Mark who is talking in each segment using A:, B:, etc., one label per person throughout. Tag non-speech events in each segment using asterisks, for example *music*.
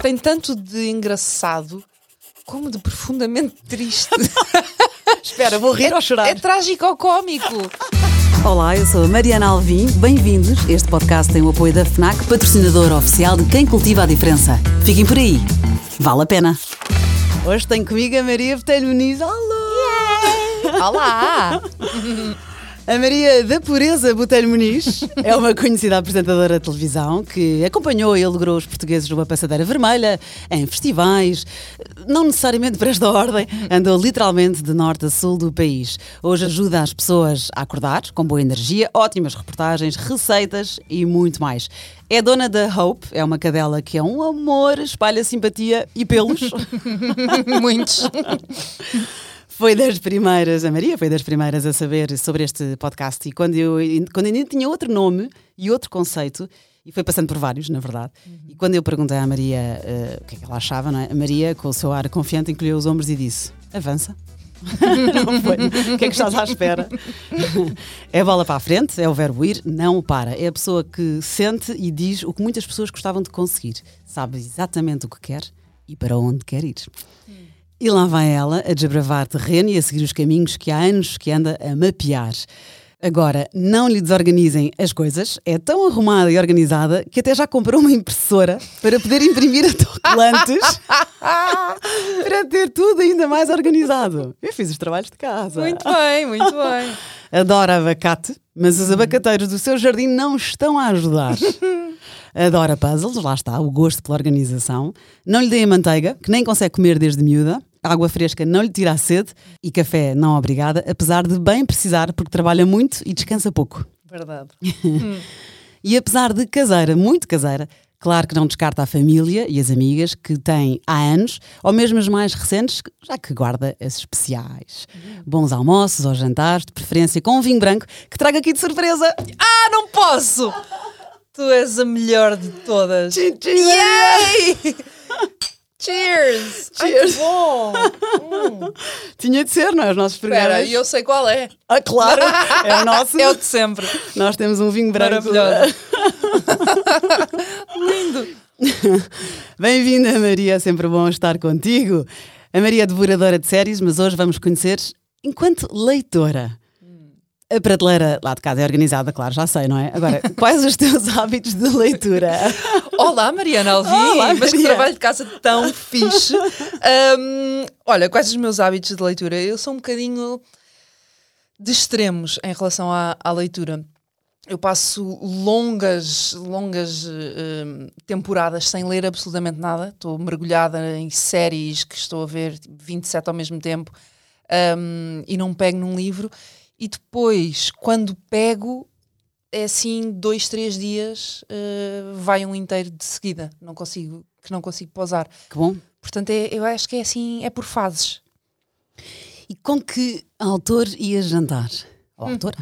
A: tem tanto de engraçado como de profundamente *laughs* triste.
B: Espera, vou rir
A: é,
B: ou chorar?
A: É trágico ou cómico.
C: é, Olá, eu sou a Mariana Alvim. Bem-vindos. Este podcast tem o apoio da FNAC, patrocinadora oficial de Quem Cultiva a Diferença. Fiquem por aí. Vale a pena. Hoje tenho comigo a Maria Botelho Muniz. Alô!
A: Olá!
C: A Maria da Pureza Botelho Muniz é uma conhecida apresentadora de televisão que acompanhou e alegrou os portugueses numa passadeira vermelha, em festivais, não necessariamente para esta ordem, andou literalmente de norte a sul do país. Hoje ajuda as pessoas a acordar com boa energia, ótimas reportagens, receitas e muito mais. É dona da Hope, é uma cadela que é um amor, espalha simpatia e *laughs* pelos.
A: *laughs* Muitos.
C: Foi das primeiras, a Maria foi das primeiras a saber sobre este podcast e quando eu quando ainda tinha outro nome e outro conceito, e foi passando por vários, na verdade, e quando eu perguntei à Maria eh, o que é que ela achava, não é? a Maria, com o seu ar confiante, encolheu os ombros e disse: avança. *laughs* não foi. O que é que estás à espera? É bola para a frente, é o verbo ir, não para. É a pessoa que sente e diz o que muitas pessoas gostavam de conseguir. Sabe exatamente o que quer e para onde quer ir. E lá vai ela a desbravar terreno e a seguir os caminhos que há anos que anda a mapear. Agora, não lhe desorganizem as coisas, é tão arrumada e organizada que até já comprou uma impressora para poder imprimir autocolantes para ter tudo ainda mais organizado. Eu fiz os trabalhos de casa.
A: Muito bem, muito bem.
C: Adora abacate, mas os abacateiros do seu jardim não estão a ajudar. Adora puzzles, lá está, o gosto pela organização. Não lhe deem manteiga, que nem consegue comer desde miúda. Água fresca não lhe tira a sede. E café não obrigada, apesar de bem precisar, porque trabalha muito e descansa pouco.
B: Verdade.
C: E apesar de caseira, muito caseira, claro que não descarta a família e as amigas que tem há anos, ou mesmo as mais recentes, já que guarda as especiais. Bons almoços ou jantares, de preferência com um vinho branco, que traga aqui de surpresa.
A: Ah, não posso! Tu és a melhor de todas. Yay! Cheers! Cheers! que bom!
C: Tinha de ser, não é? Os nossos
A: Espera,
C: programas.
A: e eu sei qual é. *laughs*
C: Ah, claro, é o nosso.
A: É o de sempre.
C: Nós temos um vinho branco.
A: Maravilhoso.
C: Bem-vinda, Maria. É sempre bom estar contigo. A Maria é devoradora de séries, mas hoje vamos conhecer enquanto leitora. A prateleira lá de casa é organizada, claro, já sei, não é? *laughs* Agora, quais os teus hábitos de leitura?
A: Olá, Mariana Alvim,
C: Olá,
A: mas que
C: Maria.
A: trabalho de casa tão fixe. Ahm, olha, quais os meus hábitos de leitura? Eu sou um bocadinho de extremos em relação à, à leitura. Eu passo longas, longas eh, ahm, temporadas sem ler absolutamente nada. Estou mergulhada em séries que estou a ver tipo, 27 ao mesmo tempo ahm, e não pego num livro. E depois, quando pego, é assim dois, três dias eh, vai um inteiro de seguida. Não consigo, que não consigo pausar.
C: Que bom.
A: Portanto, é- eu acho que é assim, é por fases.
C: E com que autor ias jantar? Hum. Ou autora?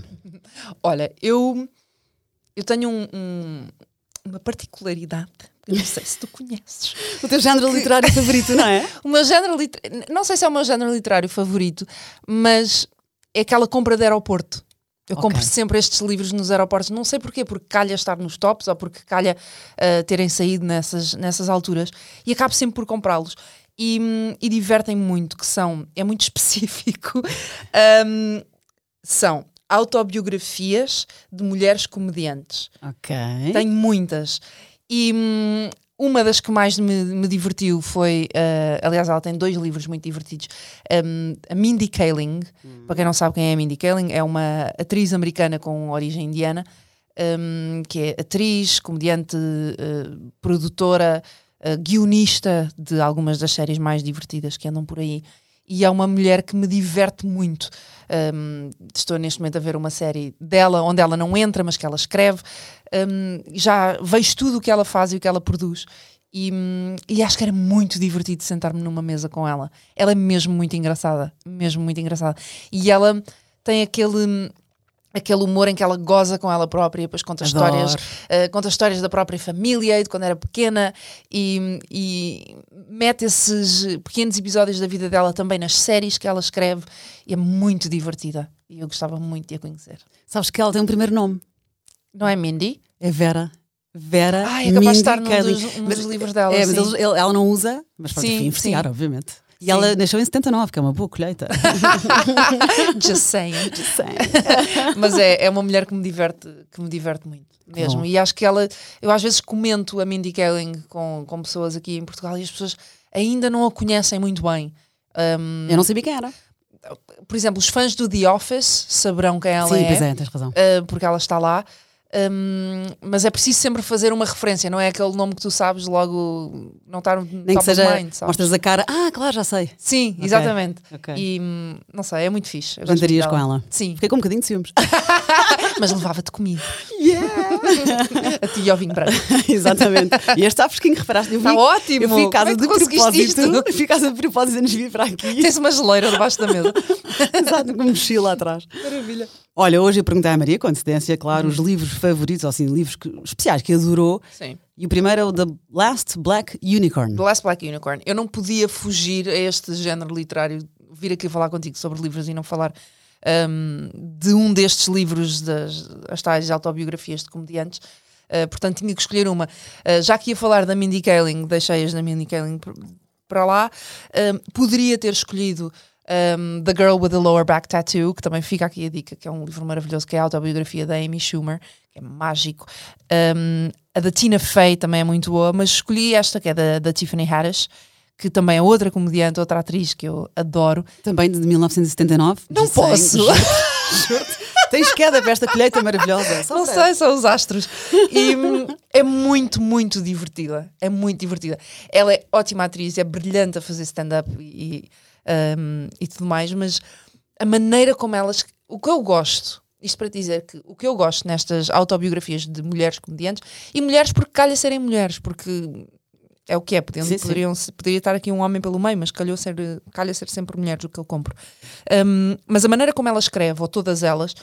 A: Olha, eu, eu tenho um- um- uma particularidade. que Eu não sei se tu conheces.
C: O teu género literário favorito, não é?
A: O meu género literário. Não sei se é o meu género literário favorito, mas é aquela compra de aeroporto. Eu
C: Ok.
A: compro sempre estes livros nos aeroportos, não sei porquê, porque calha estar nos tops ou porque calha ah, terem saído nessas, nessas alturas e acabo sempre por comprá-los. E, hum, e divertem-me muito, que são, é muito *laughs* específico, Ahm, são autobiografias de mulheres comediantes.
C: *laughs* Ok.
A: Tenho muitas. E hum, uma das que mais me, me divertiu foi. eh, aliás, ela tem dois livros muito divertidos. Hum, a Mindy Kaling, para quem não sabe quem é a Mindy Kaling, é uma atriz americana com origem indiana, hum, que é atriz, comediante, eh, produtora, eh, guionista de algumas das séries mais divertidas que andam por aí. E é uma mulher que me diverte muito. Hum, estou neste momento a ver uma série dela, onde ela não entra, mas que ela escreve. Hum, já vejo tudo o que ela faz e o que ela produz. E, hum, e acho que era muito divertido sentar-me numa mesa com ela. Ela é mesmo muito engraçada, mesmo muito engraçada. E ela tem aquele. hum, Aquele humor em que ela goza com ela própria, depois conta
C: Adoro.
A: histórias, eh, conta histórias da própria família e de quando era pequena e, e mete esses pequenos episódios da vida dela também nas séries que ela escreve e é muito divertida. E eu gostava muito de a conhecer.
C: Sabes que ela tem um primeiro nome.
A: Não é Mindy?
C: É Vera. Vera
A: Ah, é capaz de estar num
C: Mindy
A: dos,
C: Kaling.
A: um
C: Mas-
A: dos livros dela.
C: É, mas
A: sim.
C: eles- ele- ela não usa, mas pode
A: Sim,
C: investigar,
A: sim.
C: obviamente. E
A: Sim.
C: ela nasceu em 79, que é uma boa colheita.
A: *laughs* Just saying.
C: Sim.
A: *laughs* Mas é, é uma mulher que me diverte, que me diverte muito. Mesmo.
C: bom.
A: E acho que ela, eu às vezes comento a Mindy Kaling com, com pessoas aqui em Portugal e as pessoas ainda não a conhecem muito bem. Um,
C: Eu não sabia quem era.
A: por exemplo, os fãs do The Office saberão quem ela
C: Sim,
A: é.
C: pois é, tens razão.
A: uh, porque ela está lá. Um, mas é preciso sempre fazer uma referência, não é aquele nome que tu sabes logo não estar no
C: Nem
A: top
C: que seja,
A: of mind, sabes?
C: mostras a cara, ah, claro, já sei.
A: Sim, exatamente.
C: Ok.
A: E hum, não sei, é muito fixe. Eu gosto muito
C: Jantarias com
A: dela.
C: ela.
A: Sim,
C: Fiquei com um bocadinho de ciúmes. *laughs*
A: *laughs* mas levava-te comigo.
C: Yeah!
A: *laughs* A ti e ao vinho branco.
C: Exatamente. E este está fresquinho, reparaste? Eu
A: Está
C: vim-
A: Tá ótimo!
C: Eu fui a casa
A: Como é que
C: de
A: conseguiste
C: propósito.
A: isto?
C: Eu *laughs* fui a casa de propósito antes de vir para aqui. *laughs*
A: Tens uma geleira debaixo da mesa.
C: Exato, com mochila atrás.
A: Maravilha.
C: Olha, hoje eu perguntei à Maria, com antecedência, claro,
A: Uhum.
C: os livros favoritos, ou assim, livros que- especiais que adorou.
A: Sim.
C: E o primeiro é o The Last Black Unicorn.
A: The Last Black Unicorn. Eu não podia fugir a este género literário, vir aqui falar contigo sobre livros e não falar hum, de um destes livros, das as tais autobiografias de comediantes. Uh, portanto, tinha que escolher uma. Uh, já que ia falar da Mindy Kaling, deixei-as da Mindy Kaling por- para lá. Um, poderia ter escolhido um, The Girl with the Lower Back Tattoo, que também fica aqui a dica, que é um livro maravilhoso, que é a autobiografia da Amy Schumer, que é mágico. Um, a da Tina Fey também é muito boa, mas escolhi esta, que é da, da Tiffany Harris, que também é outra comediante, outra atriz que eu adoro.
C: Também de 1979.
A: Não
C: de cem.
A: posso.
C: Juro-te. Tens queda para esta colheita maravilhosa. Só
A: *laughs* Não
C: para-
A: sei, são os astros. E hum, é muito, muito divertida. É muito divertida. Ela é ótima atriz, é brilhante a fazer stand-up e, hum, e tudo mais, mas a maneira como elas. O que eu gosto, isto para dizer que o que eu gosto nestas autobiografias de mulheres comediantes, e mulheres porque calha serem mulheres, porque é o que é, podiam,
C: Sim, sim.
A: poderiam, se- poderia estar aqui um homem pelo meio, mas calhou ser, calha ser sempre mulheres o que eu compro. Hum, mas a maneira como ela escreve, ou todas elas,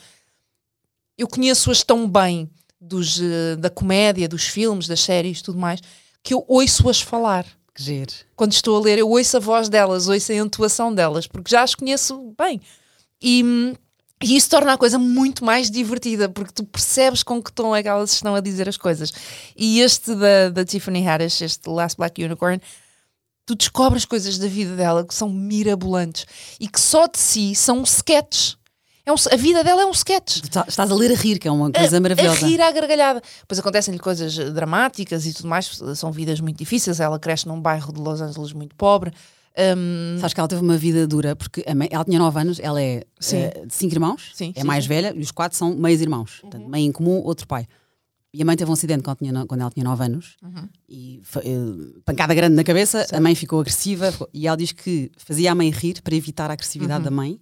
A: eu conheço-as tão bem dos, eh, da comédia, dos filmes, das séries tudo mais, que eu ouço-as falar.
C: Que giro.
A: Quando estou a ler, eu ouço a voz delas, ouço a entoação delas, porque já as conheço bem. E, hum, e isso torna a coisa muito mais divertida, porque tu percebes com que tom é que elas estão a dizer as coisas. E este da, da Tiffany Harris, este Last Black Unicorn, tu descobres coisas da vida dela que são mirabolantes e que só de si são sketches. É um, a vida dela é um sketch
C: Tu tá- Estás a ler a rir, que é uma coisa maravilhosa.
A: a rir à gargalhada. Pois acontecem-lhe coisas eh, dramáticas e tudo mais, são vidas muito difíceis. Ela cresce num bairro de Los Angeles muito pobre. Ahm,
C: Sabes que ela teve uma vida dura, porque a mãe- ela tinha 9 anos, ela é
A: Sim.
C: eh, de 5 irmãos,
A: Sim, sim,
C: é
A: Uhum.
C: mais velha, e os quatro são meios irmãos. Portanto, mãe em comum, outro pai. E a mãe teve um acidente quando, tinha no- quando ela tinha 9 anos,
A: Uhum.
C: e fa- eh, pancada grande na cabeça, a mãe ficou agressiva, ficou- e ela diz que fazia a mãe rir para evitar a agressividade da mãe,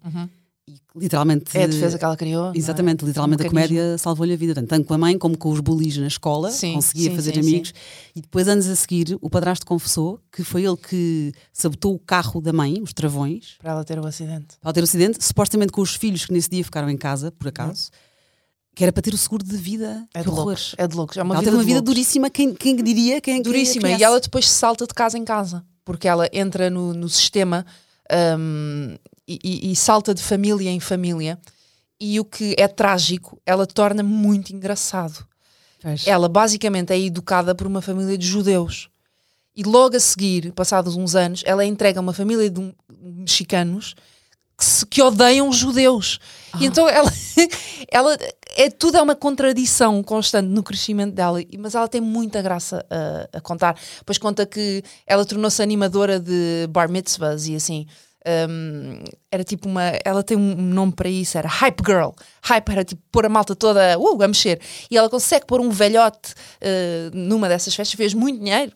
C: e que literalmente...
A: Uhum. é a defesa que ela criou. não é?
C: Exatamente, literalmente
A: Um
C: a comédia salvou-lhe a vida, Portanto, tanto com a mãe como com os bullies na escola,
A: Sim,
C: conseguia
A: sim,
C: fazer
A: sim,
C: amigos. E depois, anos a seguir, o padrasto confessou que foi ele que sabotou o carro da mãe, os travões,
A: Para ela ter o acidente.
C: para ela ter o acidente, supostamente com os filhos que nesse dia ficaram em casa, por acaso, que era para ter o seguro de vida.
A: É
C: que
A: de
C: horror.
A: loucos. É de loucos. É uma
C: ela
A: vida,
C: teve uma
A: de é
C: vida
A: loucos.
C: duríssima, quem, quem diria? Quem, é quem
A: duríssima.
C: a
A: E ela
C: conhece?
A: depois salta de casa em casa, porque ela entra no, no sistema hum, e, e- e salta de família em família. E o que é trágico, ela torna muito engraçado. Ela basicamente é educada por uma família de judeus. E logo a seguir, passados uns anos, ela é entregue a uma família de um- mexicanos que, se- que odeiam os judeus. E então ela, *laughs* ela é tudo é uma contradição constante no crescimento dela, e- mas ela tem muita graça a, a contar. Depois conta que ela tornou-se animadora de bar mitzvahs e assim. hum, era tipo uma. Ela tem um nome para isso, era Hype Girl. Hype era tipo pôr a malta toda uh, a mexer. E ela consegue pôr um velhote eh, numa dessas festas, fez muito dinheiro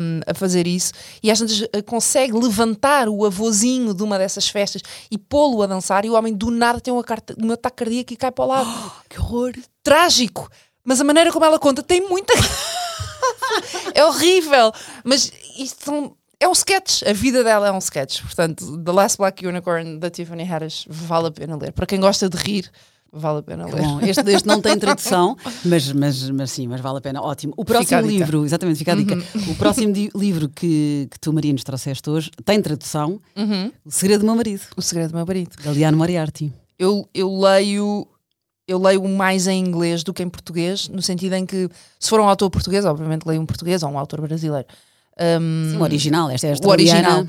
A: um, a fazer isso e às vezes consegue levantar o avôzinho de uma dessas festas e pô-lo a dançar e o homem do nada tem uma carta- um ataque cardíaco e cai para o lado.
C: *gasps* Que horror!
A: Trágico! Mas a maneira como ela conta tem muita. *laughs* é horrível! Mas isto são- é um sketch. A vida dela é um sketch. Portanto, The Last Black Unicorn da Tiffany Harris vale a pena ler. Para quem gosta de rir, vale a pena ler.
C: Bom, este,
A: *laughs*
C: este não tem tradução, mas, mas, mas sim, mas vale a pena. Ótimo. O
A: Fica
C: próximo
A: a dica. Uhum.
C: livro, exatamente, fica a dica. O próximo di- livro que, que tu, Maria, nos trouxeste hoje tem tradução:
A: Uhum.
C: O Segredo do Meu Marido,
A: O segredo do meu marido.
C: de Aliano Moriarty.
A: eu, eu leio. eu- eu leio mais em inglês do que em português, no sentido em que, se for um autor português, obviamente leio um português ou um autor brasileiro. Um,
C: Sim, o original, esta é a
A: o original.
C: australiana.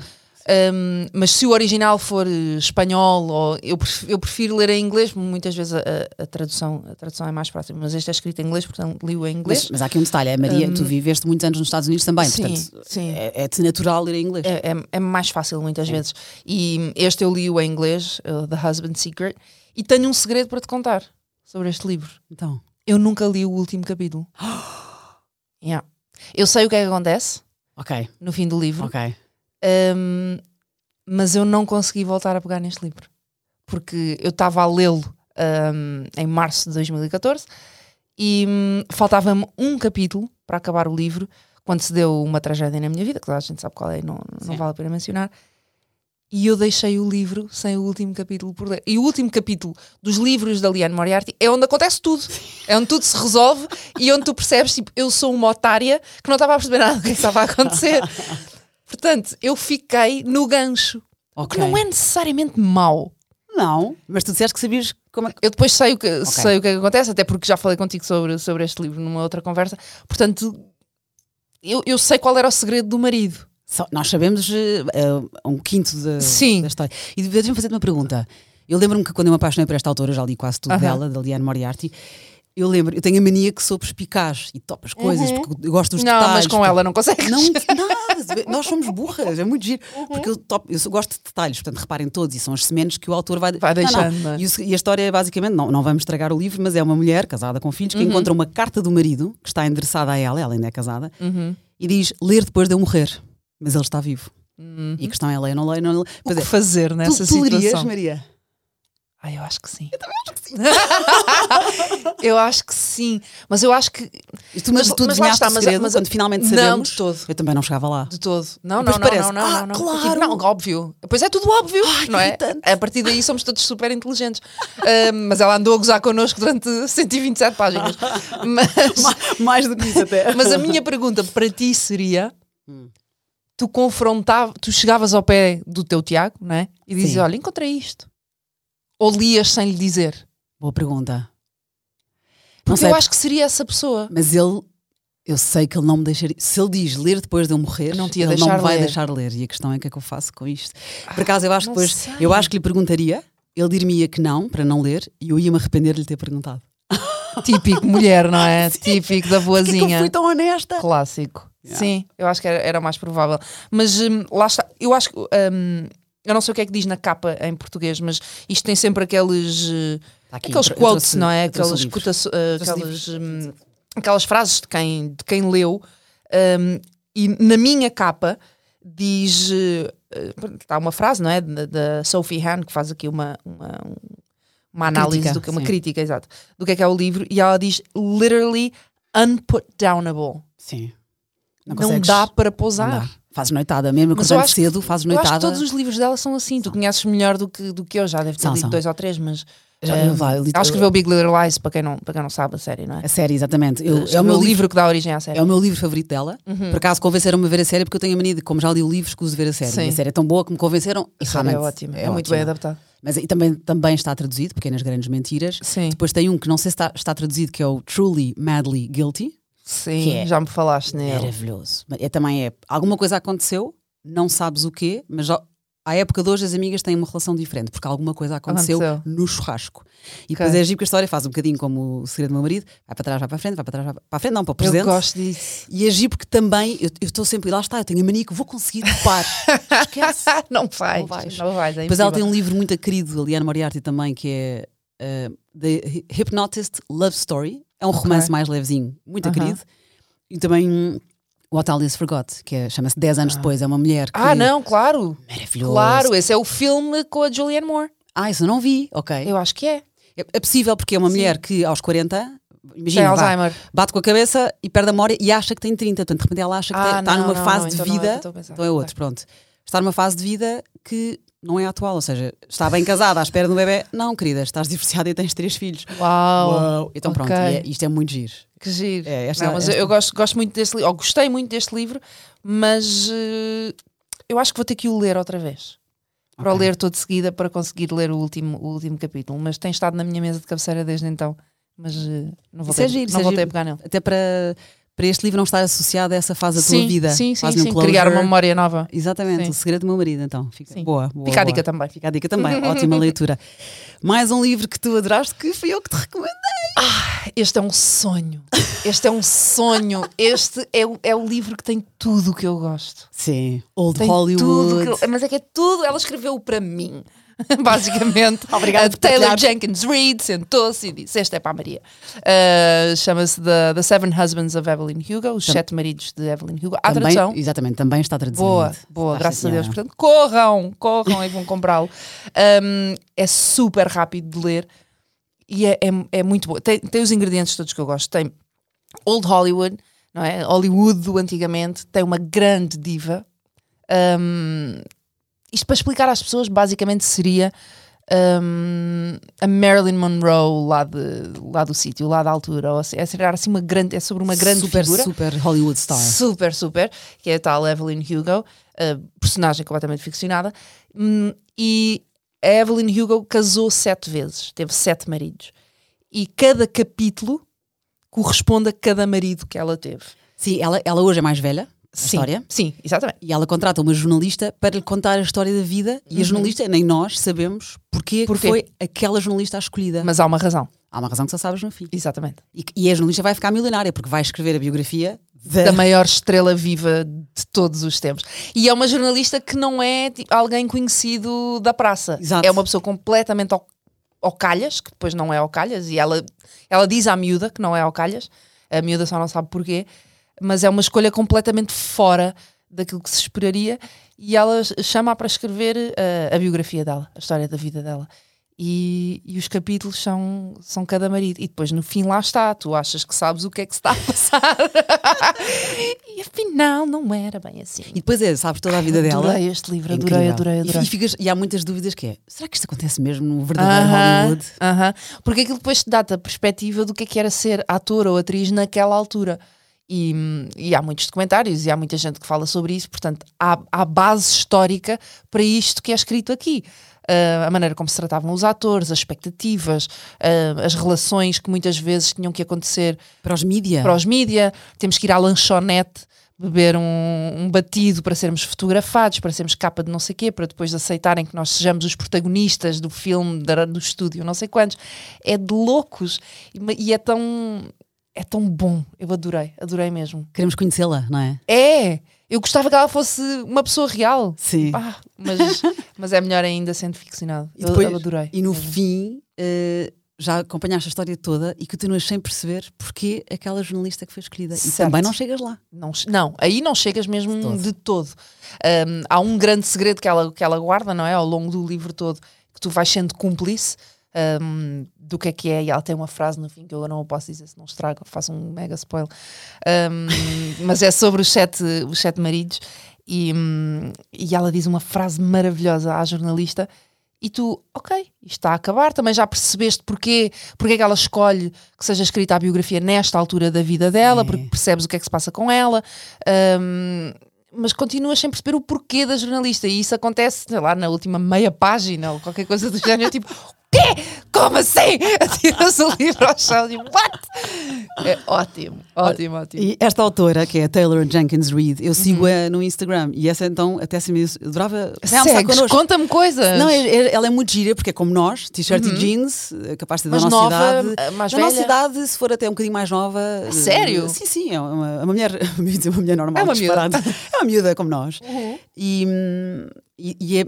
A: Um, mas se o original for eh, espanhol, ou eu, pref- eu prefiro ler em inglês, muitas vezes a, a- a tradução, a tradução é mais próxima, mas este é escrito em inglês, portanto li-o em inglês.
C: Mas, mas há aqui um detalhe, a Maria, tu viveste muitos anos nos Estados Unidos também,
A: Hum. Sim,
C: portanto
A: sim.
C: é- é-te natural ler em inglês.
A: É, é- é mais fácil muitas vezes. E este eu li-o em inglês, uh, The Husband Secret, e tenho um segredo para te contar sobre este livro.
C: Então,
A: Eu nunca li o último capítulo. Yeah. Eu sei o que é que acontece
C: ok,
A: no fim do livro,
C: ok.
A: um, mas eu não consegui voltar a pegar neste livro porque eu estava a lê-lo um, em março de 2014 e hum, faltava-me um capítulo para acabar o livro quando se deu uma tragédia na minha vida, que toda a gente sabe qual é, não, não
C: Sim.
A: vale a pena mencionar. E eu deixei o livro sem o último capítulo por ler. E o último capítulo dos livros da Liane Moriarty é onde acontece tudo. É onde tudo se resolve e onde tu percebes, tipo, eu sou uma otária que não estava a perceber nada do que estava a acontecer. Portanto, eu fiquei no gancho. O que
C: ok.
A: não é necessariamente mau.
C: Não, mas tu disseste que sabias como é que.
A: Eu depois sei o que, sei o que é que acontece, até porque já falei contigo sobre, sobre este livro numa outra conversa. Portanto, eu, eu sei qual era o segredo do marido.
C: Só- nós sabemos eh, eh, um quinto da,
A: Sim.
C: da história. E deixa-me fazer-te uma pergunta. Eu lembro-me que quando eu me apaixonei por esta autora, eu já li quase tudo
A: Aham.
C: dela, da Liane Moriarty. Eu lembro, eu tenho a mania que sou perspicaz e topo as coisas, porque eu gosto dos
A: Uhum. não,
C: detalhes.
A: mas com
C: porque-
A: ela não consegues. *laughs*
C: Não, nada, nós somos burras, é muito giro.
A: Uhum.
C: Porque eu, top- eu só gosto de detalhes, portanto, reparem todos, e são as sementes que o autor vai,
A: Vai
C: Não, não.
A: deixando, não é?
C: E, o se- e a história é basicamente, não, não vamos estragar o livro, mas é uma mulher casada com filhos que
A: Uhum.
C: encontra uma carta do marido que está endereçada a ela, ela ainda é casada,
A: Uhum.
C: e diz: ler depois de eu morrer, mas ele está vivo. E a questão é: leio, não leio, não leio.
A: O
C: Pois é,
A: que fazer nessa
C: tu, tu lerias,
A: Uhum. situação?
C: Maria?
A: Ah, eu acho que sim. Eu também acho que sim. *laughs* eu acho que sim. Mas eu acho que.
C: E tu, mas,
A: Mas-
C: tu
A: mas lá
C: desenhaste
A: está,
C: o
A: mas-
C: segredo
A: mas-
C: quando finalmente
A: não,
C: sabemos.
A: de todo.
C: Eu também não
A: *laughs*
C: chegava lá.
A: De todo. Não, não,
C: Depois
A: não, não,
C: parece,
A: não,
C: "Ah,
A: não, não.
C: claro."
A: Tipo, não, óbvio. Pois é tudo óbvio, não é?
C: irritante.
A: A partir daí somos todos super inteligentes. Ah, mas ela andou a gozar connosco durante *laughs* 127 páginas. Mas,
C: Mais, mais do que isso até.
A: mas a minha pergunta para ti seria:
C: Hum.
A: tu confrontava, tu chegavas ao pé do teu Tiago, não é? E dizias:
C: Sim.
A: olha, encontrei isto. Ou lias sem lhe dizer.
C: Boa pergunta. não
A: Porque
C: sei,
A: eu acho que seria essa pessoa.
C: Mas ele, eu sei que ele não me deixaria. Se ele diz ler depois de eu morrer,
A: Não te ia
C: ele não
A: deixar
C: me vai
A: ler. Ah,
C: deixar ler. E a questão é o que é que eu faço com isto. Por acaso, eu acho que
A: não
C: depois,
A: sei.
C: eu acho que lhe perguntaria, ele diria que não, para não ler, e eu ia-me arrepender de lhe ter perguntado.
A: Típico mulher, não
C: *laughs*
A: é? Típico da
C: Porquê que eu
A: voazinha.
C: fui tão honesta?
A: Clássico.
C: Yeah.
A: Sim, eu acho que era, era mais provável. Mas hum, lá está, eu acho que. hum, eu não sei o que é que diz na capa em português, mas isto tem sempre aqueles. eh,
C: Tá aqui,
A: aqueles
C: eu trouxe-
A: quotes, não é?
C: eu trouxe
A: Aquelas,
C: livros.
A: cotaço- eh,
C: Trouxe
A: aquelas, hum, aquelas frases de quem, de quem leu. hum, e na minha capa diz. eh, eh, Está uma frase, não é? Da, da Sophie Hahn, que faz aqui uma, uma, um, uma análise,
C: Crítica,
A: do que, uma
C: sim.
A: crítica, exato, do que é que é o livro, e ela diz literally unputdownable
C: Sim.
A: não,
C: consegues-
A: dá para
C: não dá.
A: pousar.
C: Fazes noitada mesmo,
A: Mas eu
C: acordando
A: acho que-
C: cedo, fazes
A: Eu acho que
C: noitada.
A: todos os livros dela são assim. Tu conheces melhor do que, do que eu, já deve ter
C: São,
A: lido
C: são.
A: dois ou três, mas.
C: Já-
A: eh,
C: eu lá, eu li-
A: ela escreveu Big Little Lies, para quem, não, para quem não sabe a série, não é?
C: A série, exatamente. Eu- é
A: é
C: o meu livro.
A: que Uhum. dá origem à série.
C: É o meu livro favorito dela. Por acaso convenceram-me a ver a série porque eu tenho a mania de, como já li o livro, escuso ver a série.
A: Sim.
C: E a série é tão boa que me convenceram. E
A: A série é
C: realmente
A: ótima, é, muito bem
C: ótima.
A: adaptado.
C: Mas e também, também está traduzido, Pequenas Grandes Mentiras.
A: Sim,
C: Depois tem um que não sei se está, está traduzido, que é o Truly Madly Guilty.
A: sim,
C: que é-
A: já me falaste nele.
C: Maravilhoso. É, também é. Alguma coisa aconteceu, não sabes o quê, mas já- à época de hoje as amigas têm uma relação diferente, porque alguma coisa aconteceu,
A: Aconteceu.
C: no churrasco. E depois
A: Ok.
C: é giro que a história faz um bocadinho como o segredo do meu marido: vai para trás, vai para a frente, vai para trás, vai para a frente, não, para o presente.
A: Eu gosto disso. *laughs*
C: E agir porque também, eu eu estou sempre, lá está, eu tenho a mania que vou conseguir
A: *laughs*
C: topar. Esquece.
A: não vais,
C: Não vais.
A: Não vais é
C: Depois ela tem
A: impossível.
C: um livro muito querido, a Liane Moriarty também, que é eh, The Hypnotist Love Story. É um romance mais levezinho, muito
A: Aham.
C: querido. E também hum, What Alice Forgot, que é- chama-se 10 anos depois. É uma mulher que...
A: Ah, não, claro.
C: Maravilhoso.
A: Claro, esse é o filme com a Julianne Moore.
C: Ah, isso eu não vi. Ok.
A: Eu acho que é.
C: É, é possível porque é uma mulher que aos 40...
A: Tem
C: Imagina, vá,
A: Alzheimer.
C: bate com a cabeça e perde a memória e acha que tem 30. Portanto, de repente ela acha que
A: Ah,
C: tem- está
A: não,
C: numa
A: não,
C: fase
A: não,
C: de
A: então não é o que
C: vida.
A: eu estou a pensar.
C: então é outro, pronto. Está numa fase de vida que não é atual, ou seja, está bem casada à espera de um bebê. Não, querida, estás divorciada e tens três filhos.
A: Uau.
C: Uau. Então pronto,
A: ok.
C: e é- isto é muito giro.
A: Que giro.
C: É, esta-
A: Não, mas eu-
C: esta-
A: eu gosto, gosto muito deste livro, ou gostei muito deste livro, mas eh, eu acho que vou ter que o ler outra vez. para o ler toda seguida para conseguir ler o último, o último capítulo. Mas tem estado na minha mesa de cabeceira desde então. Mas eh, não voltei,
C: é giro, isso
A: não
C: é
A: voltei
C: giro.
A: a pegar nele.
C: Até para, para este livro não estar associado a essa fase da tua
A: Sim,
C: vida.
A: sim, sim,
C: Faz-me um
A: sim. criar uma
C: closure.
A: memória nova.
C: Exatamente,
A: Sim.
C: o segredo do meu marido, então. Fica,
A: Sim.
C: boa, boa.
A: Fica a
C: boa.
A: dica também.
C: Fica a dica também,
A: *laughs*
C: ótima leitura. Mais um livro que tu adoraste que fui eu que te recomendo.
A: Este é um sonho. Este é um sonho. Este é, o- é o livro que tem tudo o que eu gosto.
C: Sim, Old
A: Tem tudo
C: Hollywood.
A: o que eu- Mas é que é tudo. Ela escreveu para mim, *laughs* basicamente.
C: *laughs* Obrigada
A: A
C: por
A: Taylor
C: partilhar.
A: Jenkins Reid sentou-se e disse: Esta é para a Maria. Uh, Chama-se the, the Seven Husbands of Evelyn Hugo Os Sete Maridos de Evelyn Hugo. Há
C: Também,
A: tradução.
C: exatamente, também está traduzido.
A: Boa, boa,
C: Está
A: graças a Deus. Portanto,
C: traduzido.
A: corram, corram e vão comprá-lo. Um, é super rápido de ler e é, é, é muito bom. Tem, tem os ingredientes todos que eu gosto. Tem Old Hollywood, não é? Hollywood do antigamente, tem uma grande diva. Um, isto para explicar às pessoas, basicamente seria um, a Marilyn Monroe lá, de, lá do sítio, lá da altura. Ou se- é, seria assim uma grande, é sobre uma grande
C: super,
A: figura.
C: super Hollywood star.
A: Super, super. Que é a tal Evelyn Hugo, eh, personagem completamente ficcionada. Hum, e a Evelyn Hugo casou sete vezes, teve sete maridos. E cada capítulo corresponde a cada marido que ela teve.
C: Sim, ela, ela hoje é mais velha, a
A: Sim,
C: história.
A: Sim, exatamente.
C: E ela contrata uma jornalista para lhe contar a história da vida. E a jornalista, nem nós sabemos porque
A: Uhum. Porquê?
C: foi aquela jornalista a escolhida.
A: Mas há uma razão.
C: Há uma razão que só sabes no fim.
A: Exatamente.
C: E, e a jornalista vai ficar milionária porque vai escrever a biografia da,
A: Da maior estrela viva de todos os tempos. E é uma jornalista que não é tipo, alguém conhecido da praça.
C: Exato.
A: É uma pessoa completamente ao, ao calhas, que depois não é ao calhas, e ela, ela diz à miúda que não é ao calhas, a miúda só não sabe porquê, mas é uma escolha completamente fora daquilo que se esperaria, e ela chama para escrever eh, a biografia dela, a história da vida dela. E, e os capítulos são, são cada marido. E depois no fim lá está, tu achas que sabes o que é que se está a passar. *laughs* e afinal não era bem assim.
C: E depois é, sabes toda a vida dela.
A: Adorei este livro,
C: É
A: adorei,
C: incrível.
A: adorei,
C: E-
A: adorei.
C: E, ficas- e há muitas dúvidas que é, será que isto acontece mesmo no verdadeiro
A: Aham,
C: Hollywood?
A: aham. Porque aquilo depois te dá-te a perspectiva do que é que era ser ator ou atriz naquela altura. E, hum, e há muitos documentários e há muita gente que fala sobre isso, portanto, há, há base histórica para isto que é escrito aqui. Ah, a maneira como se tratavam os atores, as expectativas, ah, as relações que muitas vezes tinham que acontecer
C: Para os mídia?
A: para os mídia, temos que ir à lanchonete beber um, um batido para sermos fotografados, para sermos capa de não sei quê, para depois aceitarem que nós sejamos os protagonistas do filme, da- do estúdio, não sei quantos. É de loucos E ma- e é tão, é tão bom. Eu adorei, adorei mesmo.
C: Queremos conhecê-la, não é?
A: É! Eu gostava que ela fosse uma pessoa real.
C: Sim.
A: Pá, mas, *laughs* mas é melhor ainda sendo ficcionado.
C: E
A: Eu,
C: depois-
A: eu adorei.
C: E no fim, eh, já acompanhaste a história toda e continuas sem perceber porque aquela jornalista que foi escolhida. E
A: Certo.
C: também não chegas lá.
A: Não, che- não, aí não chegas mesmo de
C: todo.
A: todo. Um, há um grande segredo que ela, que ela guarda, não é? Ao longo do livro todo, que tu vais sendo cúmplice um, do que é que é. E ela tem uma frase no fim que eu não a posso dizer, se não estrago, faço um mega spoiler. Um, mas é sobre os sete, os sete maridos. E, hum, e ela diz uma frase maravilhosa à jornalista. E tu, ok, isto está a acabar. Também já percebeste porquê, porque é que ela escolhe que seja escrita a biografia nesta altura da vida dela,
C: É.
A: porque percebes o que é que se passa com ela. Hum, mas continuas sem perceber o porquê da jornalista. E isso acontece, sei lá, na última meia página ou qualquer coisa do género. Tipo, *laughs* o quê? Como assim? *laughs* Atiras o livro ao chão e what? É ótimo, ótimo, ótimo.
C: E esta autora, que é a Taylor Jenkins Reid, eu sigo-a no Instagram. E essa então, até se me adorava. Vem almoçar
A: Segues,
C: connosco.
A: conta-me coisas.
C: Não, é- é- ela é muito gira, porque é como nós, t-shirt e jeans, eh, capaz de ser da
A: Mas
C: nossa
A: Uhum. nova, eh,
C: idade.
A: mais
C: da nossa
A: velha? Ah,
C: idade, se for até um bocadinho mais nova. eh,
A: sério?
C: Sim, sim, é uma, é uma mulher, *laughs* eu ia dizer uma mulher normal,
A: É uma miúda. Uhum.
C: disparado. É uma miúda como nós. E, hum, e, e é.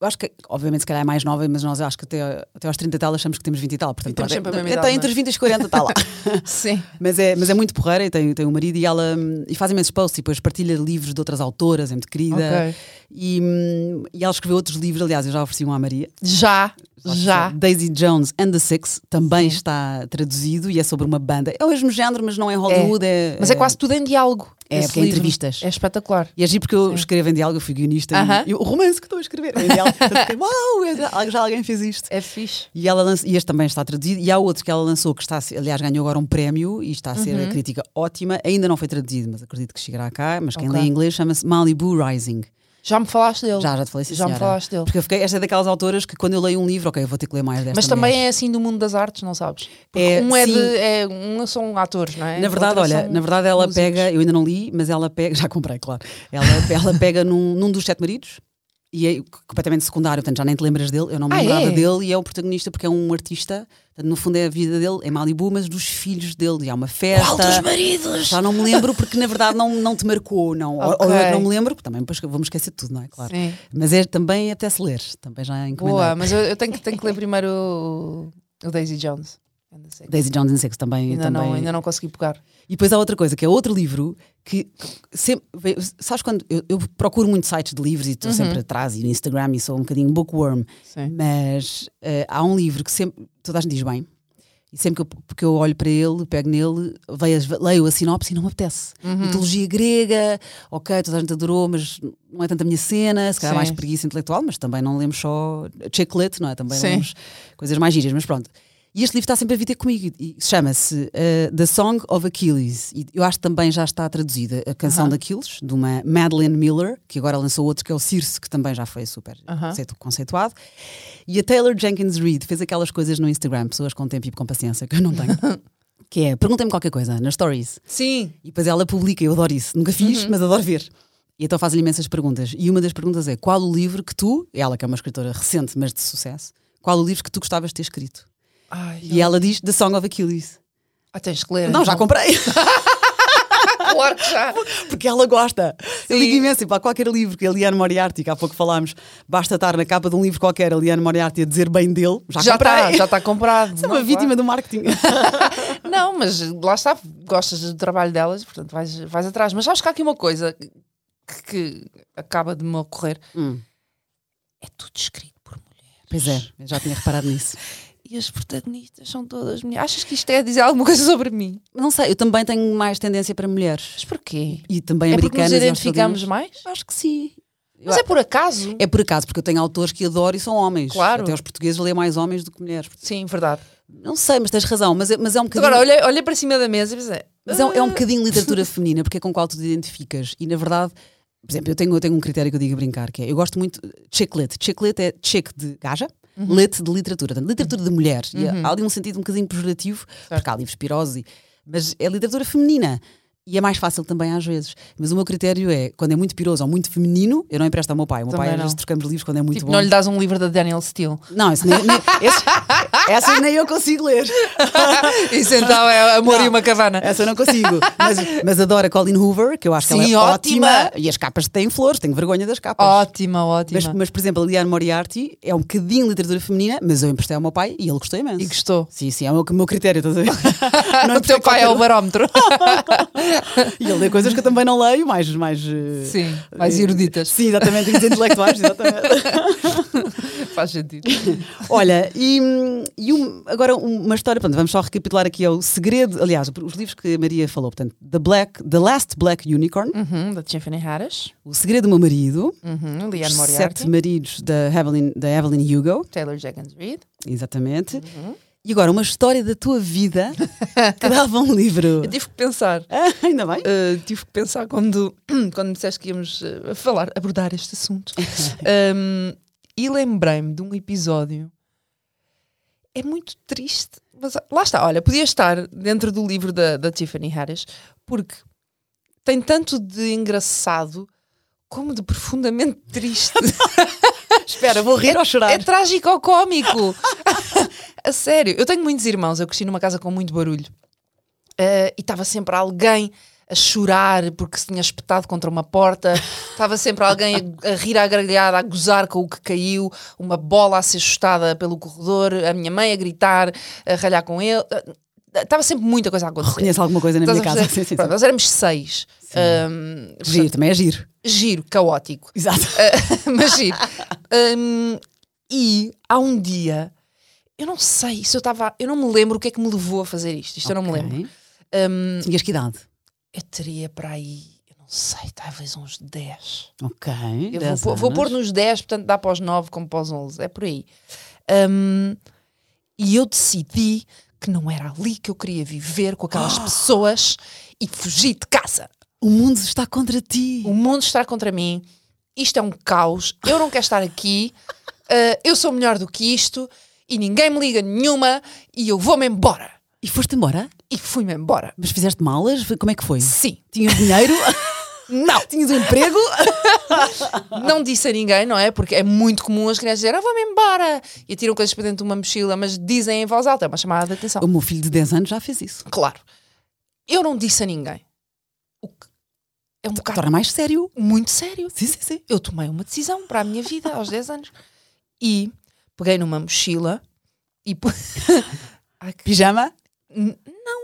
C: Eu acho que, obviamente, se calhar é mais nova, mas nós acho que até, até aos 30 e tal achamos que temos 20 e tal. Portanto,
A: E temos
C: pronto,
A: sempre a
C: é-
A: mesma
C: é-
A: idade,
C: Está
A: não é?
C: entre os 20 e os 40, está lá.
A: *laughs* *laughs* Sim.
C: Mas é, mas é muito porreira e tem, tem um marido e ela hum, e faz imensos posts e depois partilha livros de outras autoras, é muito querida.
A: Ok.
C: E, hum, e ela escreveu outros livros, aliás, eu já ofereci um à Maria.
A: Já, já.
C: Daisy Jones and the Six também está traduzido e é sobre uma banda. É o mesmo género, mas não é Hollywood. É,
A: Mas é quase tudo em diálogo.
C: É,
A: esse
C: porque é
A: livro.
C: entrevistas.
A: É espetacular.
C: E é giro porque eu escrevo em diálogo, eu fui guionista. e-
A: Aham.
C: e, o romance que estou a escrever é
A: *laughs*
C: em diálogo. Portanto, fiquei, Uau, eu já- já alguém fez isto.
A: É fixe.
C: E, ela lança- e este também está traduzido. E há outro que ela lançou, que está, a ser- aliás, ganhou agora um prémio e está a ser
A: Uhum.
C: a crítica ótima. Ainda não foi traduzido, mas acredito que chegará cá. Mas quem
A: Ok.
C: lê em inglês chama-se Malibu Rising.
A: Já me falaste dele.
C: Já, já te falei sim,
A: Já me
C: senhora.
A: falaste dele.
C: Porque eu fiquei, esta é daquelas autoras que quando eu leio um livro, ok, eu vou ter que ler mais desta
A: Mas também
C: mulher.
A: é assim do mundo das artes, não sabes? Porque
C: É,
A: um é
C: sim.
A: de. É, um são atores, não é?
C: Na verdade,
A: Outra
C: olha,
A: são
C: na verdade ela
A: músicos.
C: pega, eu ainda não li, mas ela pega, *laughs* já comprei, claro. Ela, ela pega num, num dos sete maridos e é completamente secundário, portanto já nem te lembras dele, eu não me
A: Ah,
C: lembro
A: é?
C: nada dele e é o protagonista porque é um artista, portanto, no fundo é a vida dele em Malibu, mas dos filhos dele, e há uma festa.
A: Qual dos maridos!
C: Já não me lembro porque na verdade não, não te marcou, não. Ou- Ou
A: Ok.
C: eu é que não me lembro, porque também depois vamos esquecer de tudo, não é? Claro.
A: Sim.
C: Mas é também até se ler, também já é encomendei.
A: Boa, mas eu, eu tenho, que, tenho que ler primeiro o, o Daisy Jones. and the Six.
C: Daisy Jones and Six também.
A: Ainda,
C: também.
A: não, ainda não consegui pegar.
C: E depois há outra coisa, que é outro livro que sempre. ve- Sabes quando. Eu, eu procuro muito sites de livros e estou sempre atrás, e no Instagram, e sou um bocadinho bookworm.
A: Sim.
C: Mas eh, há um livro que sempre. Toda a gente diz bem. E sempre que eu, porque eu olho para ele, pego nele, veio as- leio a sinopse e não me apetece. Mitologia grega, ok, toda a gente adorou, mas não é tanto a minha cena, se calhar
A: Sim.
C: mais preguiça intelectual, mas também não lemos só chiclete, não é? Também
A: Sim.
C: lemos coisas mais gírias, mas pronto. E este livro está sempre a vir ter comigo e chama-se eh, The Song of Achilles. E eu acho que também já está traduzida a canção de Aquiles, de uma Madeleine Miller, que agora lançou outro que é o Circe, que também já foi super conceito- conceituado. E a Taylor Jenkins Reid fez aquelas coisas no Instagram, pessoas com tempo e com paciência, que eu não tenho. que é, perguntem-me qualquer coisa nas stories.
A: Sim.
C: E depois ela publica, eu adoro isso. Nunca fiz,
A: Uhum.
C: mas adoro ver. E então fazem-lhe imensas perguntas. E uma das perguntas é: qual o livro que tu, ela que é uma escritora recente, mas de sucesso, qual o livro que tu gostavas de ter escrito?
A: Ai,
C: E ela diz The Song of Achilles.
A: ah, tens que ler.
C: Não, já comprei, *laughs*
A: *laughs* Claro que já.
C: porque ela gosta. Eu
A: Sim.
C: ligo imenso tipo, há qualquer livro que a Liane Moriarty, que há pouco falámos, basta estar na capa de um livro qualquer, a Liane Moriarty a dizer bem dele, já,
A: Já
C: comprei. *laughs*
A: está, já está Tá comprado. é
C: Sou uma
A: Não,
C: vítima
A: *laughs*
C: do marketing.
A: claro. Não, mas lá está, gostas do trabalho delas, portanto vais, vais atrás. Mas sabes que há aqui uma coisa que, que acaba de me ocorrer: é tudo escrito por mulher.
C: Pois é, eu já tinha reparado nisso.
A: E as protagonistas são todas mulheres. Achas que isto é dizer alguma coisa sobre mim?
C: Não sei, eu também tenho mais tendência para mulheres.
A: Mas porquê?
C: E também
A: É porque
C: americanas.
A: nos
C: e
A: identificamos
C: australianas.
A: mais?
C: Acho que sim.
A: Mas é por acaso?
C: É por acaso, porque eu tenho autores que adoro e são homens.
A: Claro.
C: Até os portugueses lêem mais homens do que mulheres.
A: Sim, verdade.
C: Não sei, mas tens razão. Mas é, mas é um bocadinho.
A: Agora, eh, olhei, olhei para cima da mesa e "Ah, pensei.
C: mas é, um- é
A: *laughs*
C: um bocadinho literatura feminina, porque é com qual tu te identificas. E na verdade, por exemplo, eu tenho, eu tenho um critério que eu digo a brincar, que é eu gosto muito de chiclete. Chiclete é chick de gaja,
A: Uhum.
C: lete de literatura. Portanto, literatura de mulher. E há ali um sentido um bocadinho pejorativo, porque há livros pirosos, e- mas é literatura feminina. E é mais fácil também às vezes. Mas o meu critério é, quando é muito piroso ou muito feminino, eu não empresto ao meu pai. O meu
A: Também
C: pai às
A: não.
C: vezes trocamos livros quando é muito
A: Tipo,
C: bom.
A: não lhe dás um livro da Daniel *laughs* Steele.
C: Não, isso nem, nem, esses- essas nem eu consigo ler.
A: Isso então é amor
C: Não.
A: e uma cavana.
C: Essa eu não consigo. Mas, mas adoro a Colin Hoover, que eu acho que
A: Sim,
C: ela é
A: ótima.
C: ótima. E as capas têm flores, tenho vergonha das capas.
A: Ótima, ótima.
C: Mas, mas, por exemplo, a Liane Moriarty é um bocadinho literatura feminina, mas eu emprestei ao meu pai e ele gostou imenso.
A: E gostou.
C: Sim, sim, é o meu, o meu critério, estás a
A: *laughs*
C: ver?
A: o teu
C: emprestei
A: pai é o *laughs*
C: qualquer-
A: barómetro.
C: E ele lê coisas que eu também não leio, mais. mais eh,
A: Sim, mais
C: eh,
A: eruditas.
C: Sim, exatamente, os intelectuais, exatamente.
A: Faz sentido.
C: Olha, e, hum, e um- agora uma história, portanto, vamos só recapitular aqui é o segredo, aliás, os livros que a Maria falou, portanto, The, Black, The Last Black Unicorn,
A: Uhum, da Tiffany Harris.
C: O Segredo do Meu Marido,
A: Uhum,
C: Os
A: Leanne
C: Sete
A: Moriarty.
C: Maridos da Evelyn, da Evelyn Hugo,
A: Taylor Jenkins Reid.
C: exatamente,
A: Uhum.
C: e agora uma história da
A: *laughs*
C: tua vida que dava um livro.
A: Eu tive que pensar.
C: Ah, ainda bem.
A: Uh, tive que pensar quando, *clears throat* quando me disseste que íamos uh, falar, abordar este *laughs* assunto. Um, e lembrei-me de um episódio. É muito triste. Mas lá está, olha, podia estar dentro do livro da, da Tiffany Harris, porque tem tanto de engraçado como de profundamente *laughs* triste.
C: Espera, vou rir ou chorar?
A: É trágico ou cómico. *laughs* a sério. Eu tenho muitos irmãos. Eu cresci numa casa com muito barulho. Eh, e estava sempre alguém a chorar porque se tinha espetado contra uma porta. Estava sempre alguém a, a rir à gargalhada, a gozar com o que caiu. Uma bola a ser chutada pelo corredor. A minha mãe a gritar, a ralhar com ele. Eh, Estava sempre muita coisa a acontecer.
C: Conheço alguma coisa na
A: Estás
C: minha
A: a
C: casa.
A: perceber?
C: Sim, sim, sim.
A: Pronto, nós éramos seis. Ahm,
C: Giro, também é giro.
A: giro, caótico.
C: Exato.
A: *laughs* Mas giro. Hum, e há um dia, eu não sei se eu estava. Eu não me lembro o que é que me levou a fazer isto. Isto eu não me lembro. Hum,
C: Ok. Tinhas que idade?
A: Eu teria para aí, eu não sei, talvez uns 10.
C: Ok.
A: Eu vou,
C: dez
A: pôr- vou
C: anos.
A: pôr nos 10, portanto dá para os 9 como para os 11. É por aí. Hum, e eu decidi que não era ali que eu queria viver com
C: *gasps*
A: aquelas pessoas e fugi de casa.
C: O mundo está contra ti.
A: Um- O mundo está contra mim isto é um caos, eu não quero estar aqui, *laughs* eh, eu sou melhor do que isto e ninguém me liga nenhuma e eu vou-me embora.
C: E foste embora?
A: E fui-me embora.
C: Mas fizeste malas? Foi- Como é que foi?
A: Sim. *laughs*
C: Tinhas dinheiro?
A: Não,
C: *laughs* Tinhas um emprego?
A: *laughs* não disse a ninguém, não é? Porque é muito comum as crianças dizerem, ah, vou-me embora. E tiram coisas para dentro de uma mochila, mas dizem em voz alta, é uma chamada de atenção.
C: o meu filho de 10 anos já fez isso.
A: Claro. Eu não disse a ninguém. O que é um bocado
C: Torna mais sério.
A: muito sério.
C: Sim, sim, sim.
A: Eu tomei uma decisão para a minha vida aos 10 anos. E peguei numa mochila e. pu- Ai, que-
C: Pijama?
A: N-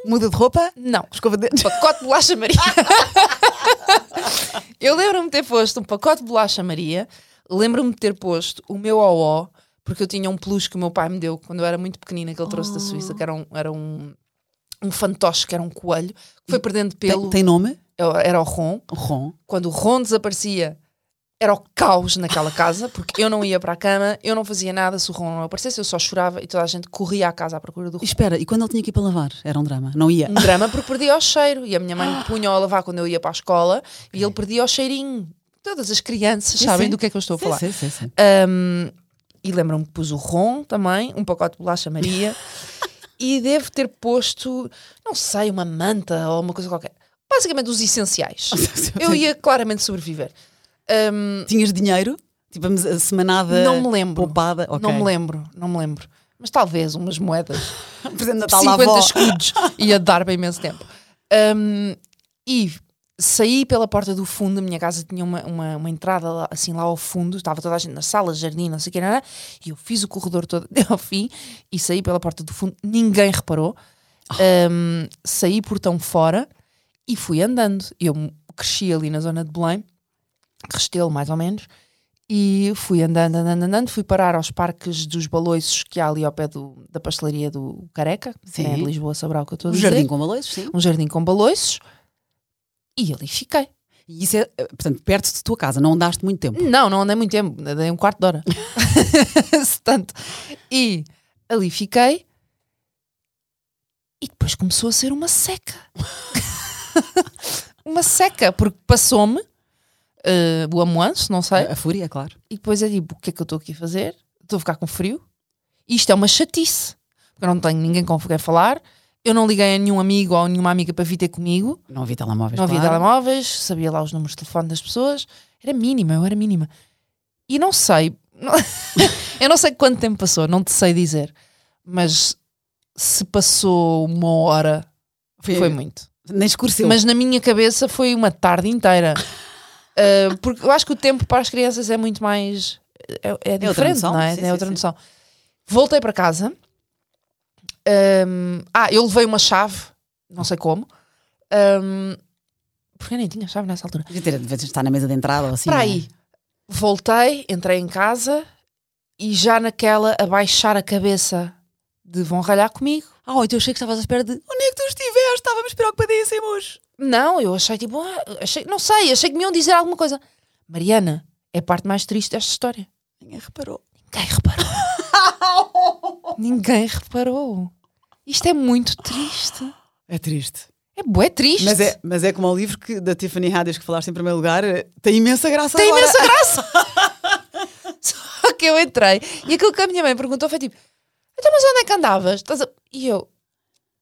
C: Muda de roupa?
A: Não. um
C: Escova de dentes?
A: Pacote de bolacha Maria. *laughs* eu lembro-me de ter posto um pacote de bolacha Maria. Lembro-me de ter posto o meu OO, porque eu tinha um peluche que o meu pai me deu quando eu era muito pequenina, que ele trouxe da Suíça, que era um. Era um um fantoche que era um coelho que foi perdendo pelo.
C: Tem, tem nome?
A: Era o Ron.
C: Ron.
A: quando o Ron desaparecia, era o caos naquela casa, porque eu não ia para a cama, eu não fazia nada se o Ron não aparecesse, eu só chorava e toda a gente corria à casa à procura do
C: E
A: Ron.
C: Espera, e quando ele tinha que ir para lavar? Era um drama. Não ia.
A: Um drama porque perdia o cheiro e a minha mãe me punha a lavar quando eu ia para a escola e ele perdia o cheirinho. Todas as crianças
C: Sim,
A: sabem
C: sim.
A: do que é que eu estou a falar.
C: Sim, sim, sim.
A: Um, e lembram-me que pus o ron também, um pacote de bolacha
C: *laughs*
A: Maria. e devo ter posto, não sei, uma manta ou uma coisa qualquer. Basicamente os
C: *laughs*
A: essenciais. Eu ia claramente sobreviver. Um,
C: Tinhas dinheiro? Tipo, a mes- a semanada
A: Não me lembro.
C: poupada? Ok.
A: Não me lembro, não me lembro. Mas talvez umas moedas.
C: Presente de Natal à
A: 50
C: avó.
A: escudos. *laughs* Ia dar bem imenso tempo. Ahm, e saí pela porta do fundo. A minha casa tinha uma, uma, uma entrada lá, assim lá ao fundo. Estava toda a gente na sala, jardim, não sei o que era. E eu fiz o corredor todo *laughs* até ao fim. E saí pela porta do fundo. Ninguém reparou. Ahm, saí portão fora e fui andando. Eu cresci ali na zona de Belém. Restelo, mais ou menos. E fui andando, andando, andando, fui parar aos parques dos baloiços que há ali ao pé do- da pastelaria do Careca, que
C: Sim.
A: é de Lisboa, saberá o que eu estou a
C: Um
A: dizer.
C: jardim com baleiros, sim.
A: Um jardim com baloiços. E ali fiquei.
C: E isso é, eh, portanto, perto de tua casa. Não andaste muito tempo.
A: Não, não andei muito tempo, andei um quarto de hora. *laughs* Se Tanto. E ali fiquei. E depois começou a ser uma seca. *laughs* uma seca, porque passou-me eh, o amuanço, não sei.
C: A, a fúria, claro.
A: E depois é tipo, o que é que eu estou aqui a fazer? Estou a ficar com frio? E Isto é uma chatice. Porque eu não tenho ninguém com quem falar. Eu não liguei a nenhum amigo ou nenhuma amiga para vir ter comigo.
C: Não havia telemóveis,
A: não havia
C: claro.
A: telemóveis, sabia lá os números de telefone das pessoas. Era mínima, eu era mínima. E não *laughs* sei, eu não sei quanto tempo passou, não te sei dizer. Mas se passou uma hora,
C: Foi-
A: foi muito.
C: Nem escureceu.
A: Mas na minha cabeça foi uma tarde
C: *laughs*
A: inteira. Uh, porque eu acho que o tempo para as crianças é muito mais. É, é diferente,
C: noção,
A: não é?
C: sim,
A: é
C: sim,
A: outra
C: sim.
A: noção. Voltei para casa. Um, ah, eu levei uma chave, não sei como. Um, porque eu nem tinha chave nessa altura.
C: Devia ter- devia estar na mesa de entrada ou assim.
A: Para
C: não é?
A: aí. Voltei, entrei em casa e já naquela a baixar a cabeça de vão ralhar comigo.
C: Ah, então eu achei que estavas à espera de onde é que tu estiveste? Estávamos preocupadíssimos.
A: Não, eu achei tipo, ah, achei, não sei, achei que me iam dizer alguma coisa. Mariana, é a parte mais triste desta história.
C: Ninguém reparou.
A: Ninguém
C: *laughs*
A: reparou. Ninguém reparou. Isto é muito triste.
C: É triste.
A: É bué triste.
C: Mas é, mas é como o livro que, da Tiffany Haddish que falaste em primeiro lugar, eh, tem imensa graça
A: Tem
C: agora.
A: imensa graça. *laughs* Só que eu entrei e aquilo que a minha mãe perguntou foi tipo, então mas onde é que andavas? Estás a-" E eu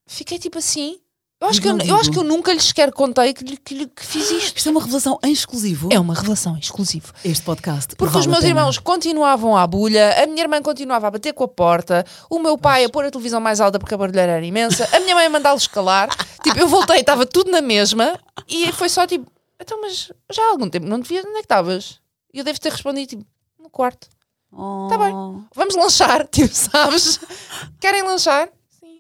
A: fiquei tipo assim. Eu acho,
C: Mas
A: que eu,
C: não
A: eu acho
C: digo.
A: que eu nunca lhes sequer contei que, lhe- que, lhe- que fiz isto.
C: Isto é uma revelação em exclusivo.
A: É uma revelação exclusiva.
C: Este podcast.
A: Porque
C: vale
A: os
C: a
A: meus
C: pena.
A: irmãos continuavam à bulha, a minha irmã continuava a bater com a porta, o meu pai a pôr a televisão mais alta porque a barulheira era imensa, a minha mãe a mandá-los calar. tipo, eu voltei, estava tudo na mesma e foi só tipo, então, mas já há algum tempo não te via, onde é que estavas? E eu devo ter respondido tipo, no quarto,
C: Oh.
A: Tá bem. vamos lanchar, *laughs* tipo, sabes? Querem lanchar? Sim.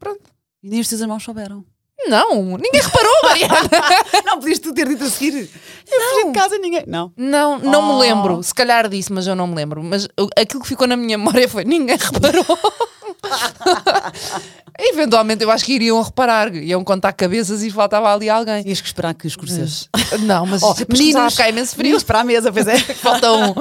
A: Pronto.
C: E nem os teus irmãos souberam.
A: Não, ninguém reparou, Mariana.
C: *laughs* Não podias tu ter dito a seguir. Eu fui de casa ninguém. Não.
A: Não, não
C: Oh.
A: me
C: *laughs*
A: lembro. Se calhar disse, mas eu não me lembro. Mas eu- aquilo que ficou na minha memória foi ninguém *laughs* reparou. Eventualmente eu acho que iriam reparar, iam contar cabeças e faltava ali alguém.
C: Tinhas que esperar que escurecesse.
A: Não, mas
C: *laughs* Oh,
A: meninos,
C: meninos,
A: cá imenso frio.
C: Meninos para a mesa, pois *laughs* é.
A: Falta um.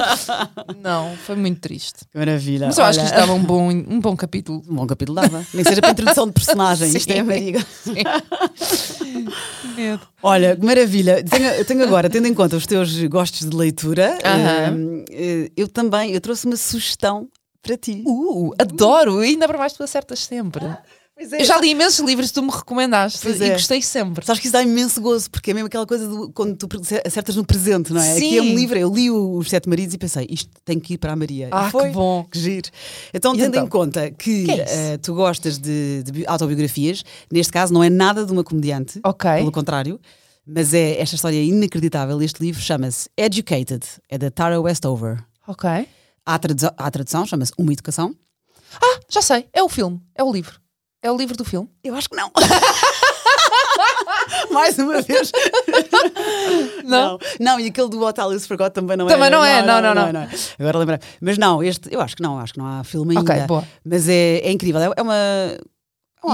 A: Não, foi muito triste.
C: Que maravilha.
A: Mas eu acho que
C: Olha,
A: isto dava um bom, um bom capítulo.
C: Um bom capítulo dava. Nem que seja para introdução de *laughs* personagem. Isto é
A: Sim.
C: a Mariga.
A: Medo.
C: Olha, que maravilha. Tenho, tenho agora, tendo em conta os teus gostos de leitura,
A: Aham.
C: eh, eu também eu trouxe uma sugestão para ti.
A: Uh, adoro! E ainda para mais tu acertas sempre.
C: Pois
A: Eu já li imensos livros que tu me recomendaste
C: Pois
A: e
C: é.
A: gostei sempre.
C: Sabes que isso dá imenso gozo, porque é mesmo aquela coisa do, quando tu acertas no presente, não é?
A: Sim.
C: Aqui é um livro, eu li o- Os Sete Maridos e pensei, isto tem que ir para a Maria. E
A: Ah,
C: foi.
A: que bom.
C: Que giro. Então,
A: E
C: tendo
A: então?
C: em conta que,
A: Que é isso?
C: eh, tu gostas de, de bi- autobiografias, neste caso não é nada de uma comediante,
A: Ok.
C: pelo contrário, mas é esta história inacreditável. Este livro chama-se Educated, é da Tara Westover.
A: Ok.
C: Há tradução, há tradução chama-se Uma Educação.
A: Ah, já sei. É o filme. É o livro. É o livro do filme.
C: Eu acho que não. *laughs* Mais uma vez.
A: Não?
C: Não. não, e aquele do What Alice Forgot também não é.
A: Também não é, não, não, não.
C: Agora lembrei. Mas não, este, eu acho que não, acho que não há filme ainda.
A: Ok, boa.
C: Mas é, é incrível, é, um é uma.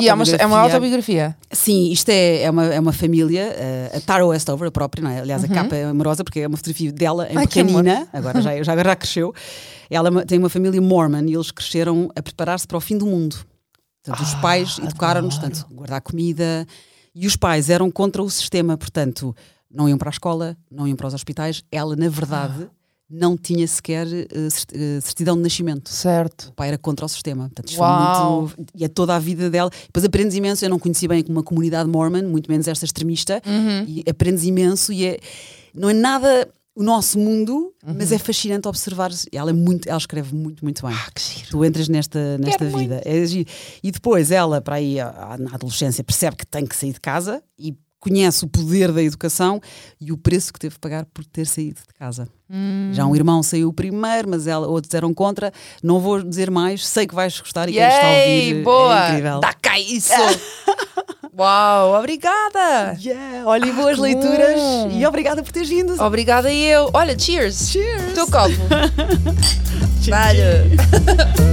A: E é uma, é uma autobiografia.
C: Sim, isto é, é, uma, é uma família, eh, a Tara Westover, a própria, não é? aliás, a capa é amorosa, porque é uma fotografia dela em
A: Uhum. Ai, que
C: pequenina, agora já, já, já cresceu. Ela é uma- tem uma família mormon e eles cresceram a preparar-se para o fim do mundo. Portanto,
A: Ah,
C: os pais educaram-nos, portanto, guardar comida. E os pais eram contra o sistema, portanto, não iam para a escola, não iam para os hospitais. Ela, na verdade,
A: Ah.
C: não tinha sequer eh, cert- eh, certidão de nascimento
A: Certo.
C: o pai era contra o sistema. Portanto, isto
A: Uau.
C: foi muito. E é toda a vida dela. Depois aprendes imenso. Eu não conheci bem uma comunidade mormon, muito menos esta extremista.
A: Uhum.
C: E aprendes imenso. E é, não é nada o nosso mundo, mas é fascinante observar. Ela, é muito, ela escreve muito, muito bem.
A: Uhum. Ah, que giro.
C: Tu entras nesta, nesta
A: Quero
C: vida. É giro. E depois ela, para aí, à- na adolescência, percebe que tem que sair de casa e conhece o poder da educação e o preço que teve de pagar por ter saído de casa.
A: Hum.
C: Já um irmão saiu primeiro, mas ela, outros eram contra. Não vou dizer mais, sei que vais gostar e quem está a
A: Yay,
C: ouvir. É
A: boa!
C: incrível.
A: Dá cá isso! Uau, obrigada!
C: *laughs* Yeah, olha, e boas
A: Ah, que
C: leituras
A: bom.
C: e obrigada por teres vindo.
A: *laughs* Obrigada eu. Olha, cheers!
C: Cheers.
A: Teu copo! Cheers!